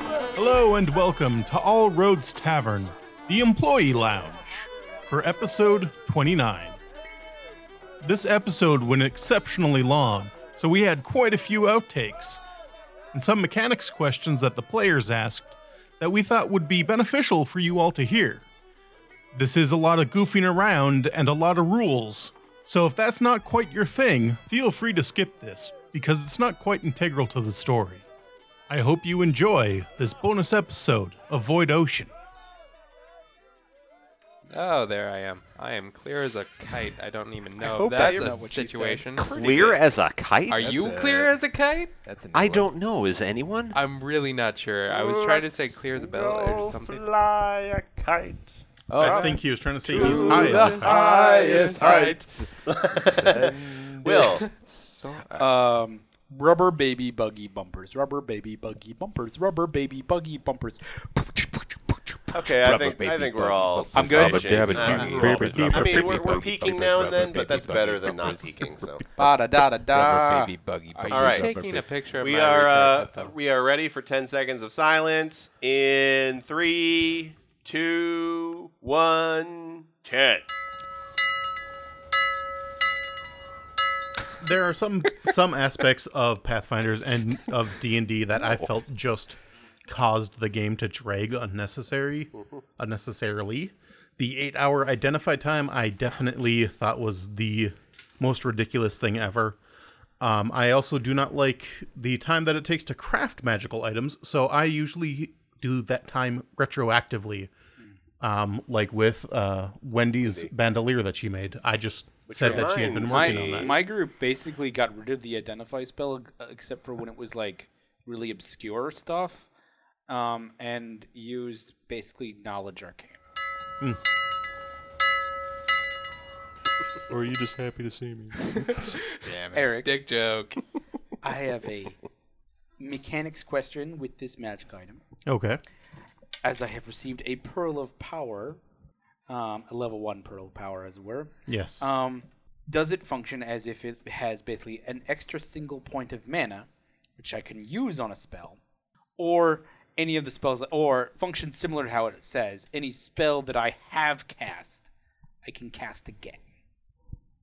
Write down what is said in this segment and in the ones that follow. Hello and welcome to All Roads Tavern, the Employee Lounge, for episode 29. This episode went exceptionally long, so we had quite a few outtakes and some mechanics questions that the players asked that we thought would be beneficial for you all to hear. This is a lot of goofing around and a lot of rules, so if that's not quite your thing, feel free to skip this because it's not quite integral to the story. I hope you enjoy this bonus episode of Void Ocean. Oh, there I am. I am clear as a kite. I don't even know. hope That's that's a not what she said. situation. Clear as a kite? Are you clear as a kite? That's a new I one. don't know. Is anyone? I'm really not sure. I was trying to say clear as a bell or something. fly a kite. Oh, I think he was trying to say he's high as a kite. Highest heights. Will. So, Um, rubber baby buggy bumpers. Rubber baby buggy bumpers. Rubber baby buggy bumpers. Okay, I think I think we're all. I'm good. sufficient. Rubber baby I buggy think we're all bumpers. good. Uh, I mean, we're, Rubber we're baby peaking buggy now and then, bumpers. but that's Rubber baby better than not bumpers. peaking. So Ba da da da da. baby buggy are buggy. you All right. taking a picture of we my are retard uh, photo? we are ready for ten seconds of silence in three, two, one, ten. There are some some aspects of Pathfinders and of D and D that I felt just caused the game to drag unnecessary, unnecessarily. The eight-hour identify time I definitely thought was the most ridiculous thing ever. Um, I also do not like the time that it takes to craft magical items, so I usually do that time retroactively. Um, like with uh, Wendy's bandolier that she made, I just said that she had been working reminds on My that. my group basically got rid of the identify spell uh, except for when it was like really obscure stuff, um, and used basically knowledge arcane. Or are you just happy to see me? Eric, Dick joke. I have a mechanics question with this magic item. Okay. As I have received a pearl of power, um, a level one pearl of power, as it were, Yes. um, does it function as if it has basically an extra single point of mana, which I can use on a spell, or any of the spells, or functions similar to how it says, any spell that I have cast, I can cast again.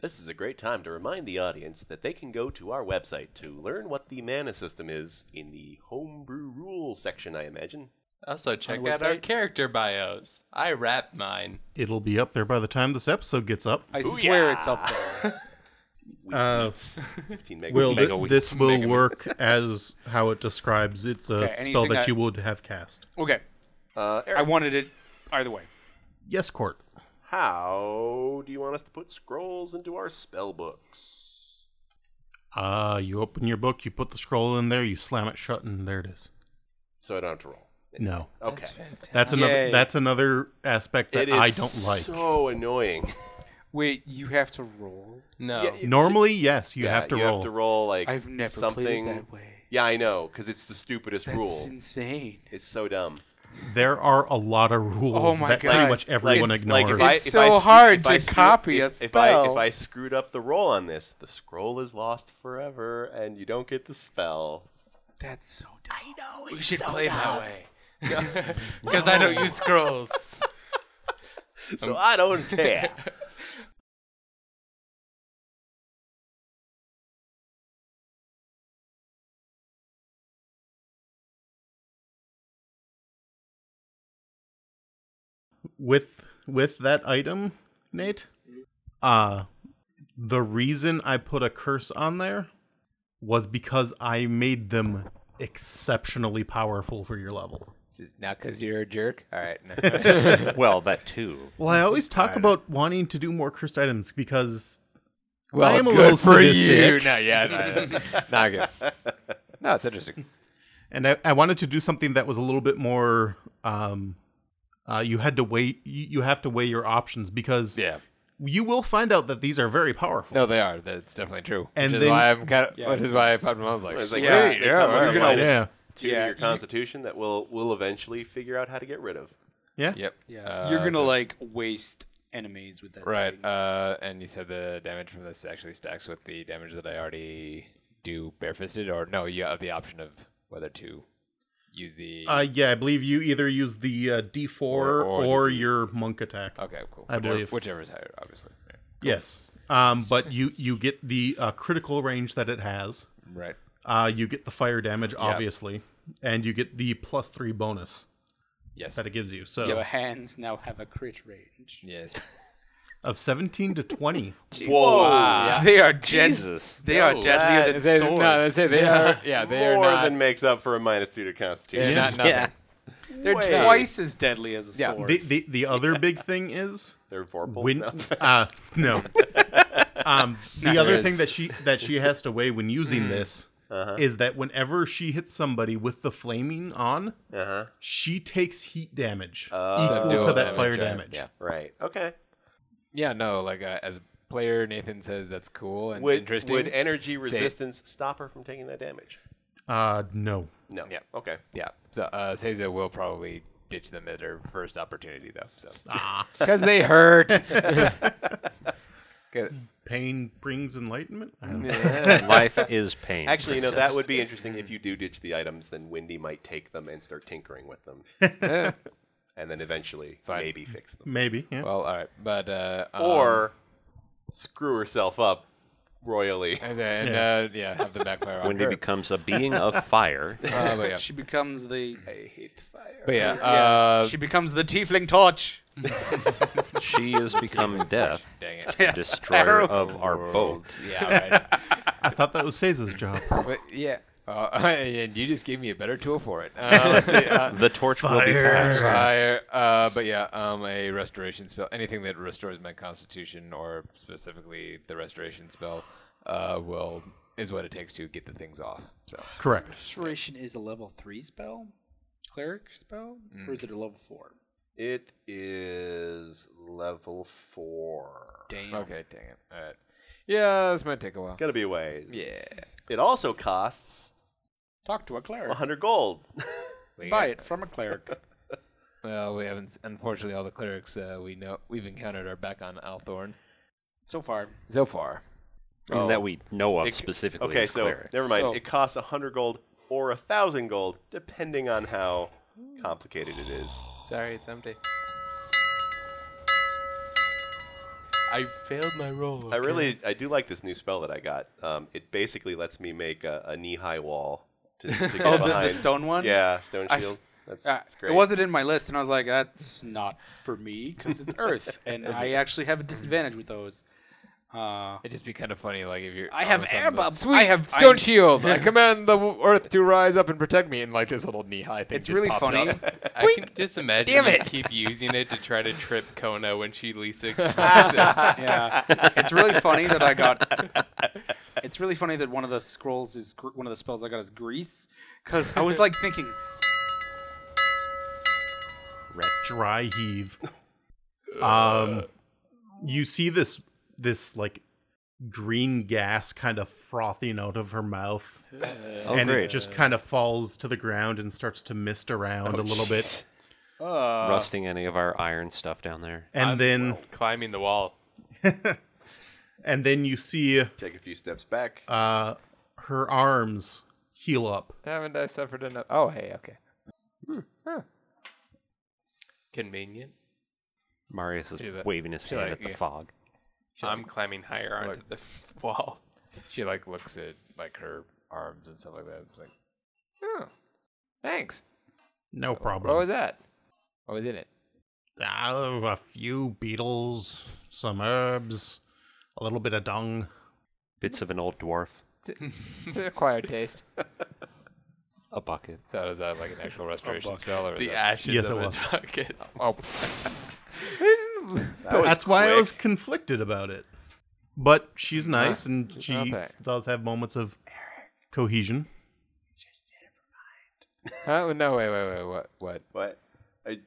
This is a great time to remind the audience that they can go to our website to learn what the mana system is in the homebrew rule section. I imagine. Also, check out our website? character bios. I wrapped mine. It'll be up there by the time this episode gets up. I swear it's up there. Uh, Fifteen mega. will Mega this, weak. this will Mega weak. work as how it describes? It's a Okay, anything spell that I- you would have cast. okay, uh, Eric, I wanted it either way. Yes, court. How do you want us to put scrolls into our spell books? Uh, you open your book, you put the scroll in there, you slam it shut, and there it is. So I don't have to roll. No, Okay. that's another. Yay. That's another aspect that It is I don't like. so annoying. Wait, you have to roll. No. Yeah, yeah. Normally, yes, Oh. you Yeah, have to you roll. have to roll like I've never something. played it that way. Yeah, I know, because it's the stupidest That's rule. insane. It's so dumb. There are a lot of rules Oh my that God. pretty much everyone Like, ignores. Like if I, It's if so I screw- hard if to I screw- copy a if, if I- If spell. I, screwed up the roll on this, the scroll is lost forever, and you don't get the spell. That's so dumb. we should play that way. Because I don't use scrolls. So I don't care. with with that item, Nate. Uh the reason I put a curse on there was because I made them exceptionally powerful for your level. Not because you're a jerk. All right. No. well, that too. Well, I always talk about wanting to do more cursed items because well, I am a good little for you. sadistic. No, yeah, no, no, not good. No, it's interesting. and I, I wanted to do something that was a little bit more um uh, you had to weigh you, you have to weigh your options because Yeah. you will find out that these are very powerful. No, they are. That's definitely true. And which then- is why I'm kind of. Which is why I popped my mouth like. I was like, Yeah, "Sweet, they yeah, come all with right." a minus Yeah. two Yeah, to your you- constitution that we'll we'll eventually figure out how to get rid of. Yeah. Yep. Yeah. Uh, You're gonna so- like waste enemies with that. Right. thing. Uh, and you said the damage from this actually stacks with the damage that I already do barefisted, or no? You have the option of whether to use the. Uh, yeah, I believe you either use the uh, D4 or, Or- or the D- your monk attack. okay, cool. I Whichever- believe. whichever's higher, obviously. Yeah. Yes. Um, but you you get the uh, critical range that it has. Right. Uh, you get the fire damage, obviously, and you get the plus three bonus Yes. that it gives you. So Your hands now have a crit range. Yes. of seventeen to twenty. Whoa. They are dead. Jesus. They are deadlier than uh, they, swords. No, they, they are. Yeah, they are More not. than makes up for a minus two to Constitution. they're not nothing. Yeah. They're twice as deadly as a Yeah. sword. The, the the other big thing is They're vorpal. when No. uh, no. Um, the other there thing is. that she that she has to weigh when Mm. using this Uh-huh. is that whenever she hits somebody with the flaming on, Uh-huh. she takes heat damage Uh, equal Subdual to that fire yeah. damage. Yeah. Right. Okay. Yeah, no, like uh, as a player, Nathan says that's cool and Would, interesting. would energy resistance stop her from taking that damage? Uh, no. No. Yeah. Okay. yeah, so uh, Seiza will probably ditch them at her first opportunity, though. So because they hurt. 'Cause- Pain brings enlightenment. I don't know. Life is pain. Actually, you know, that would be interesting if you do ditch the items, then Wendy might take them and start tinkering with them. yeah. and then eventually maybe fix them. Maybe. Yeah. Well, all right, but uh, um, Or screw herself up royally. and, then, uh, yeah, have the backfire on When he her. becomes a being of fire, uh, but yeah, She becomes the. I hate fire. but yeah, uh, she becomes the tiefling torch. she has become death, dang it. Yes. destroyer of our boat. Yeah, right. I thought that was Seiza's job. but yeah, uh, and you just gave me a better tool for it. Uh, let's see. Uh, The torch will be passed. Fire. Uh, but yeah, um, a restoration spell. Anything that restores my constitution, or specifically the restoration spell, uh, will is what it takes to get the things off. So Correct. Restoration is a level 3 spell? Cleric spell? Mm. Or is it a level 4? It is level four. Damn. okay, dang it. All right. Yeah, this might take a while. Gotta be a ways. Yeah, It also costs Talk to a cleric. 100 gold. Buy it from a cleric. Well, we haven't. s- Unfortunately, all the clerics uh, we know we've encountered are back on Althorn so far. so far. Oh. And that we know of It- specifically. Okay, as so cleric. never mind. So- It costs 100 gold or 1,000 gold, depending on how complicated it is. Sorry, it's empty. I failed my roll. I really, I do like this new spell that I got. Um, it basically lets me make a, a knee-high wall to, to get Oh, the, behind. the stone one? Yeah, stone I f- shield. That's, Uh, that's great. it wasn't in my list, and I was like, that's not for me because it's Earth, and I actually have a disadvantage with those. Uh, It'd just be kind of funny, like if you're. I have all of a sudden, air like, bubbles. Sweet. I have stone ice. shield. I command the w- earth to rise up and protect me. And like this little knee high thing. it's just really pops funny. up. I can just imagine Damn you it. keep using it to try to trip Kona when she least expects it. yeah, it's really funny that I got. It's really funny that one of the scrolls is gr- one of the spells I got is grease, because I was like thinking, Dry heave. Uh, Um, you see this this like green gas kind of frothing out of her mouth, Oh, and great. it just kind of falls to the ground and starts to mist around Oh, a little bit, uh, rusting any of our iron stuff down there. and then Climbing the wall. and then you see Take a few steps back. uh her arms heal up. Haven't I suffered enough? Oh, hey, okay. Convenient. Marius is Do that. waving his hand I- at the yeah. fog. I'm climbing higher onto the wall. She like looks at like her arms and stuff like that. It's like, oh, thanks. No What was problem. that? What was in it? Uh, a few beetles, some herbs, a little bit of dung. Bits of an old dwarf, It's an acquired taste. a bucket. So is that like an actual restoration spell or is The that- ashes Yes, of it a was. bucket. Oh, That was That's why I quick. was conflicted about it. But she's nice and she okay. s- does have moments of cohesion. huh? no, wait, wait, wait, what, what? What? I,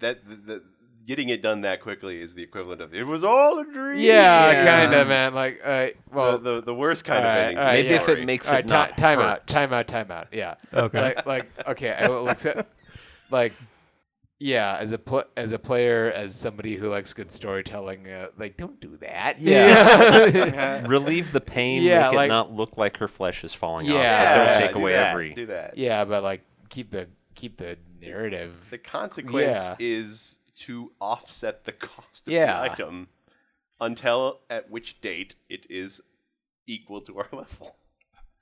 that the, the, getting it done that quickly is the equivalent of it was all a dream. Yeah, Yeah. kind of, man. Like, uh, well, The, the, the worst kind All of right, ending. all right, Maybe yeah. if it makes All it right, ti- not time hurt. out, time out, time out. Yeah. Okay. Like, like okay, I will accept. like, yeah, as a pl- as a player, as somebody who likes good storytelling, uh, like, don't do that. Yeah. Relieve the pain, Yeah, make like- it not look like her flesh is falling off. Yeah, but Yeah, don't take do away that, every. Do that. yeah, but like, keep the keep the narrative. The consequence Yeah. is to offset the cost of Yeah. the item until at which date it is equal to our level.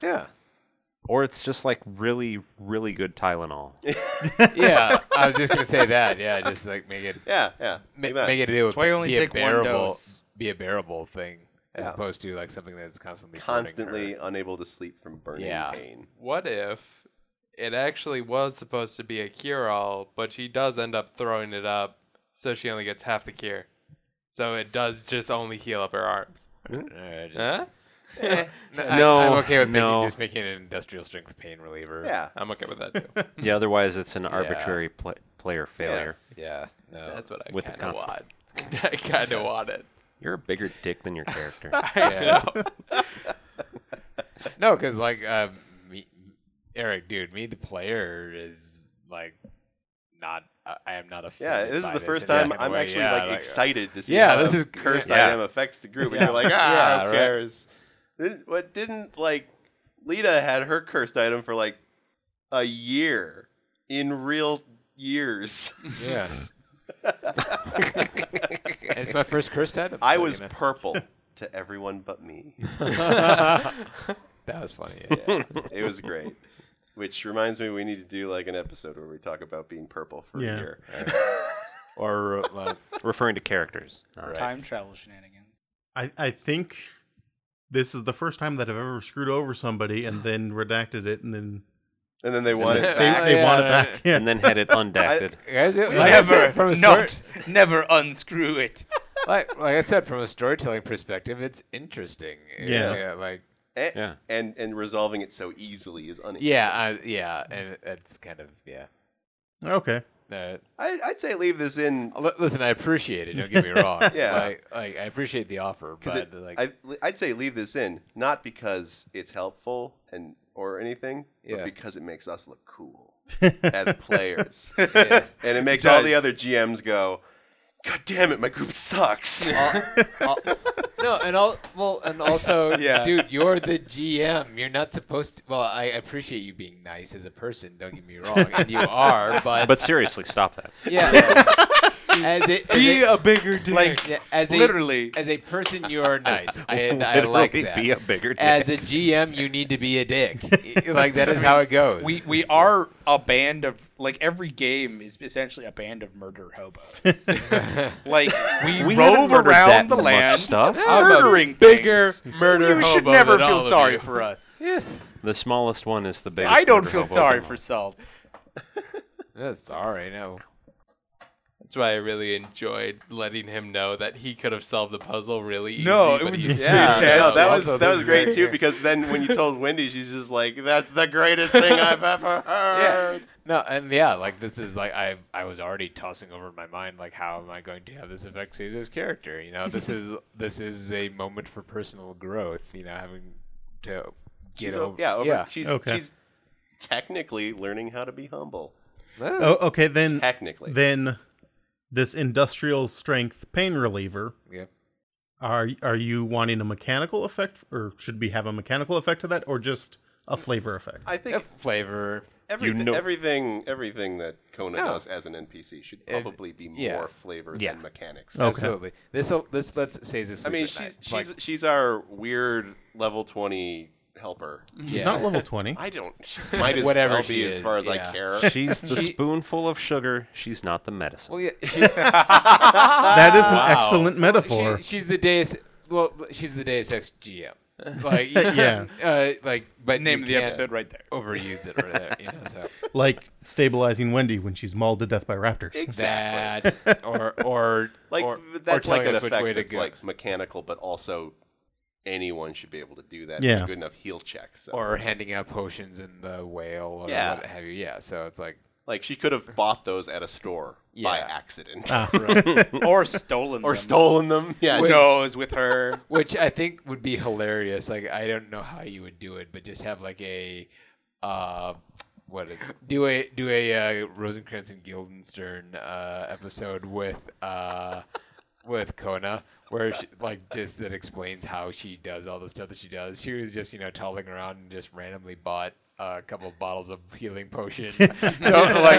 Yeah. Or it's just like really, really good Tylenol. Yeah. I was just gonna say that. Yeah. Just like make it Yeah, yeah. ma- that. make it do That's why you only be take a one bearable dose. be a bearable thing as Yeah. opposed to like something that's constantly burning her. constantly unable to sleep from burning Yeah. pain. What if it actually was supposed to be a cure all, but she does end up throwing it up, so she only gets half the cure. So it does just only heal up her arms. Alright, just- Huh? I- No, I'm okay with making, no. just making it an industrial strength pain reliever. Yeah. I'm okay with that too. Yeah, otherwise it's an arbitrary pla player failure. Yeah. No. That's what I With the kind of want. consequence. I kind of want it. You're a bigger dick than your character. Yeah. no, because like uh, me, Eric, dude, me the player is like not. I I am not a. Yeah, this is the first time I'm actually like, excited to see Yeah, how this the is- cursed yeah. item affects the group, and you're like, ah, Yeah, who right. cares? Didn't- What didn't like Lita had her cursed item for like a year in real years. Yeah. uh, And it's my first cursed item. I so, was you know. purple to everyone but me. that was funny. Yeah, it was great. Which reminds me, we need to do like an episode where we talk about being purple for Yeah. a year. Or uh, like, Referring to characters. Uh, not- Time travel shenanigans. I, I think this is the first time that I've ever screwed over somebody and then redacted it and then And then they want it they, back. they want it back. Yeah. And then had it undacted. guys, it- like I Never, said, from a story- not, never unscrew it. like, like I said, from a storytelling perspective, it's interesting. Yeah. like A- Yeah. And and resolving it so easily is uninteresting. yeah, uh, yeah, and it's kind of yeah. okay. No, I, I'd say leave this in L- Listen, I appreciate it. Don't get me wrong. Yeah. like, like, I appreciate the offer, but because it- like, I, I'd say leave this in not because it's helpful and or anything, but Yeah. because it makes us look cool as players, yeah. and it makes all the does. other GMs go, "God damn it, my group sucks." no, and all well, and also, Yeah. dude, you're the GM. You're not supposed to. Well, I appreciate you being nice as a person. Don't get me wrong, and you are, but, But seriously, stop that. yeah, as it as Be a, a bigger dick. Like, yeah, as a- literally. as a person, you are nice. I, and I like Literally that. be a bigger dick. as a GM, you need to be a dick. like that is how it goes. we, we are a band of like every game is essentially a band of murder hobos. like we, we haven't rove murdered that around the much land stuff. I'm a murdering Bigger things. murder. You should hobo never than feel all of sorry you. for us. yes. The smallest one is the biggest. I don't murder feel hobo sorry of for them Salt. Yeah, sorry, no. That's why I really enjoyed letting him know that he could have solved the puzzle really easy. No, it but was he just didn't. Yeah, fantastic. no, that was Also, that this was is great great. too because then when you told Wendy, she's just like, "That's the greatest thing I've ever heard." No, and yeah, like this is like I I was already tossing over in my mind like how am I going to have this affect Caesar's character? You know, this is this is a moment for personal growth. You know, having to get She's o- over. yeah, over, yeah. She's Okay. she's technically learning how to be humble. Oh, okay. Then Technically, then this industrial strength pain reliever. yeah. Are are you wanting a mechanical effect, or should we have a mechanical effect to that, or just a flavor effect? I think Flavor. Everything, know- everything, everything that Kona No. does as an NPC should probably be more yeah. flavor than mechanics. Okay. Absolutely. This this lets Caesar I sleep mean, at she's night. she's Like, she's our weird level twenty helper. She's not level twenty. I don't might as Whatever well she be as is, far as I yeah. care. She's the spoonful of sugar. She's not the medicine. well, yeah, she- that is an excellent metaphor. She, she's the Deus. Well, she's the Deus Ex GM. Like, Yeah. Uh, like, but Name you of the can't episode right there. Overuse it right there. You know, so like stabilizing Wendy when she's mauled to death by raptors. exactly. that or or like or, that's or like telling an us which way effect to that's go. like mechanical, but also anyone should be able to do that. Yeah. with a good enough heal check. So. or handing out potions in the whale or Yeah. what have you. Yeah. So it's like like she could have bought those at a store by Yeah. Uh-huh. accident or stolen or them. stolen them. Yeah, Who knows with her which I think would be hilarious. Like I don't know how you would do it, but just have like a uh what is it? Do a do a uh, Rosencrantz and Guildenstern uh episode with uh with Kona where she, like just that explains how she does all the stuff that she does. She was just, you know, toddling around and just randomly bought a couple of bottles of healing potion. so like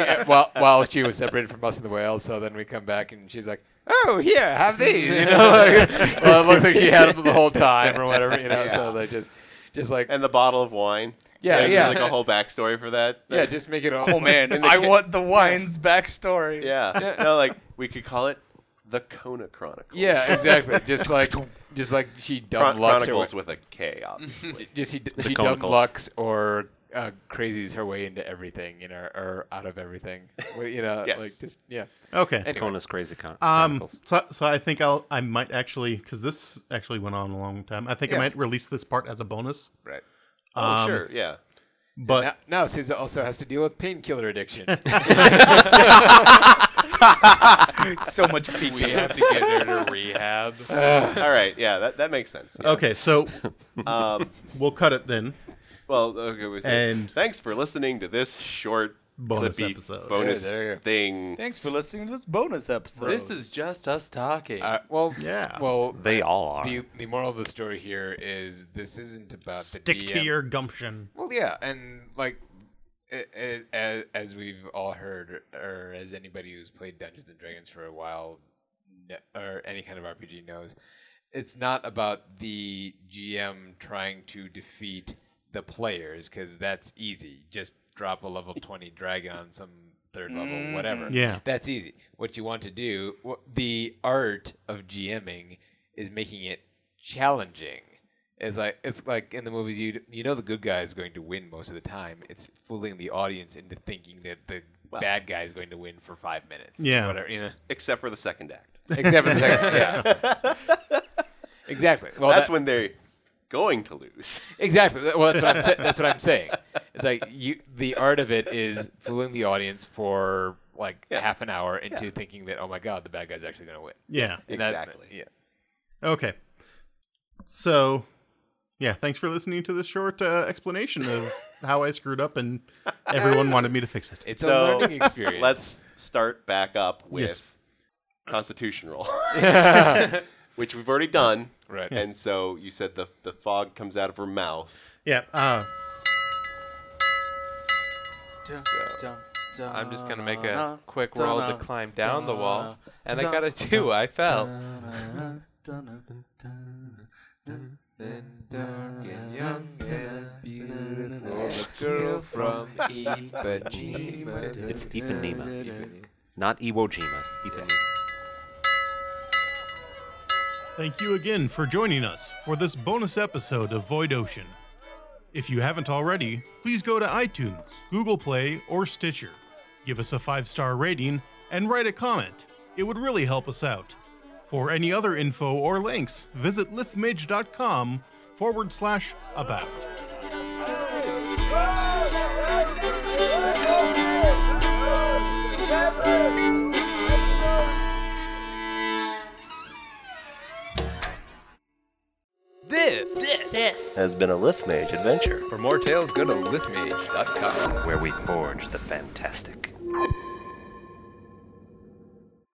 uh, while while she was separated from us and the whale, so then we come back and she's like, "Oh, here, have these." You know, like, well, it looks like she had them the whole time or whatever. You know, so they just just like And the bottle of wine. Yeah, there's, yeah. Like a whole backstory for that. yeah, just make it all. Oh man, I want the wine's backstory. yeah. No, like we could call it the Kona Chronicles. Yeah, exactly. Just like just like she Chron- dumb lucks her way. Chronicles with a K, obviously. Just she, she dumb Chronicles. lucks or uh, crazies her way into everything, you know, or out of everything. Well, You know, Yes. like just yeah. Okay. Kona's crazy con- Um, chronicles. so, so I think I'll I might actually because this actually went on a long time. I think I Yeah. might release this part as a bonus. Right. oh, Um, sure. Yeah. Oh. But Now, now Sousa also has to deal with painkiller addiction. So much peak. We have to get her to rehab. All right. Yeah. That, that makes sense. Yeah. okay, so Um, we'll cut it then. uh, well, okay. We say, And- thanks for listening to this short Bonus clippy episode. bonus Yeah, there you go. thing. Thanks for listening to this bonus episode. This is just us talking. uh, well, Yeah. Well, They all are. the the moral of the story here is this isn't about the Stick to DM. your gumption. Well, yeah, and like a- a- a- as we've all heard, or as anybody who's played Dungeons and Dragons for a while, kn- or any kind of RPG knows, it's not about the GM trying to defeat the players because that's easy. Just drop a level twenty dragon on some third level, whatever. Yeah. that's easy. What you want to do, wh- the art of GMing is making it challenging. It's like it's like in the movies, you you know the good guy is going to win most of the time. It's fooling the audience into thinking that the bad guy is going to win for five minutes. Yeah. whatever, you know. Except for the second act. Except for the second, yeah, exactly. Well, That's that- when they're going to lose. exactly. That- Well, that's what I'm sa- that's what I'm saying. It's like you the art of it is fooling the audience for like Yeah. half an hour into thinking that oh my god, the bad guy's actually going to win. Yeah. And that- Exactly. yeah. Okay. So, yeah, thanks for listening to this short uh, explanation of how I screwed up and everyone wanted me to fix it. It's a So, learning experience. Let's start back up with Yes. Constitution roll, which we've already done. Right. And so you said the, the fog comes out of her mouth. Yeah. Uh, Dun, So- dun, I'm just gonna make a dun, quick dun, roll to dun, climb down the wall, dun, and I dun, got a two. I fell. dun, dun, dun, dun, dun, And dark and young and beautiful, the girl from Ipanema. It's Ipanema. Not Iwo Jima. Ipanema. Thank you again for joining us for this bonus episode of Void Ocean. If you haven't already, please go to iTunes, Google Play, or Stitcher. Give us a five star rating and write a comment. It would really help us out. For any other info or links, visit lithmage.com forward slash about. This. Has been a Lift Mage adventure. For more tales, go to lithmage.com. Where we forge the fantastic.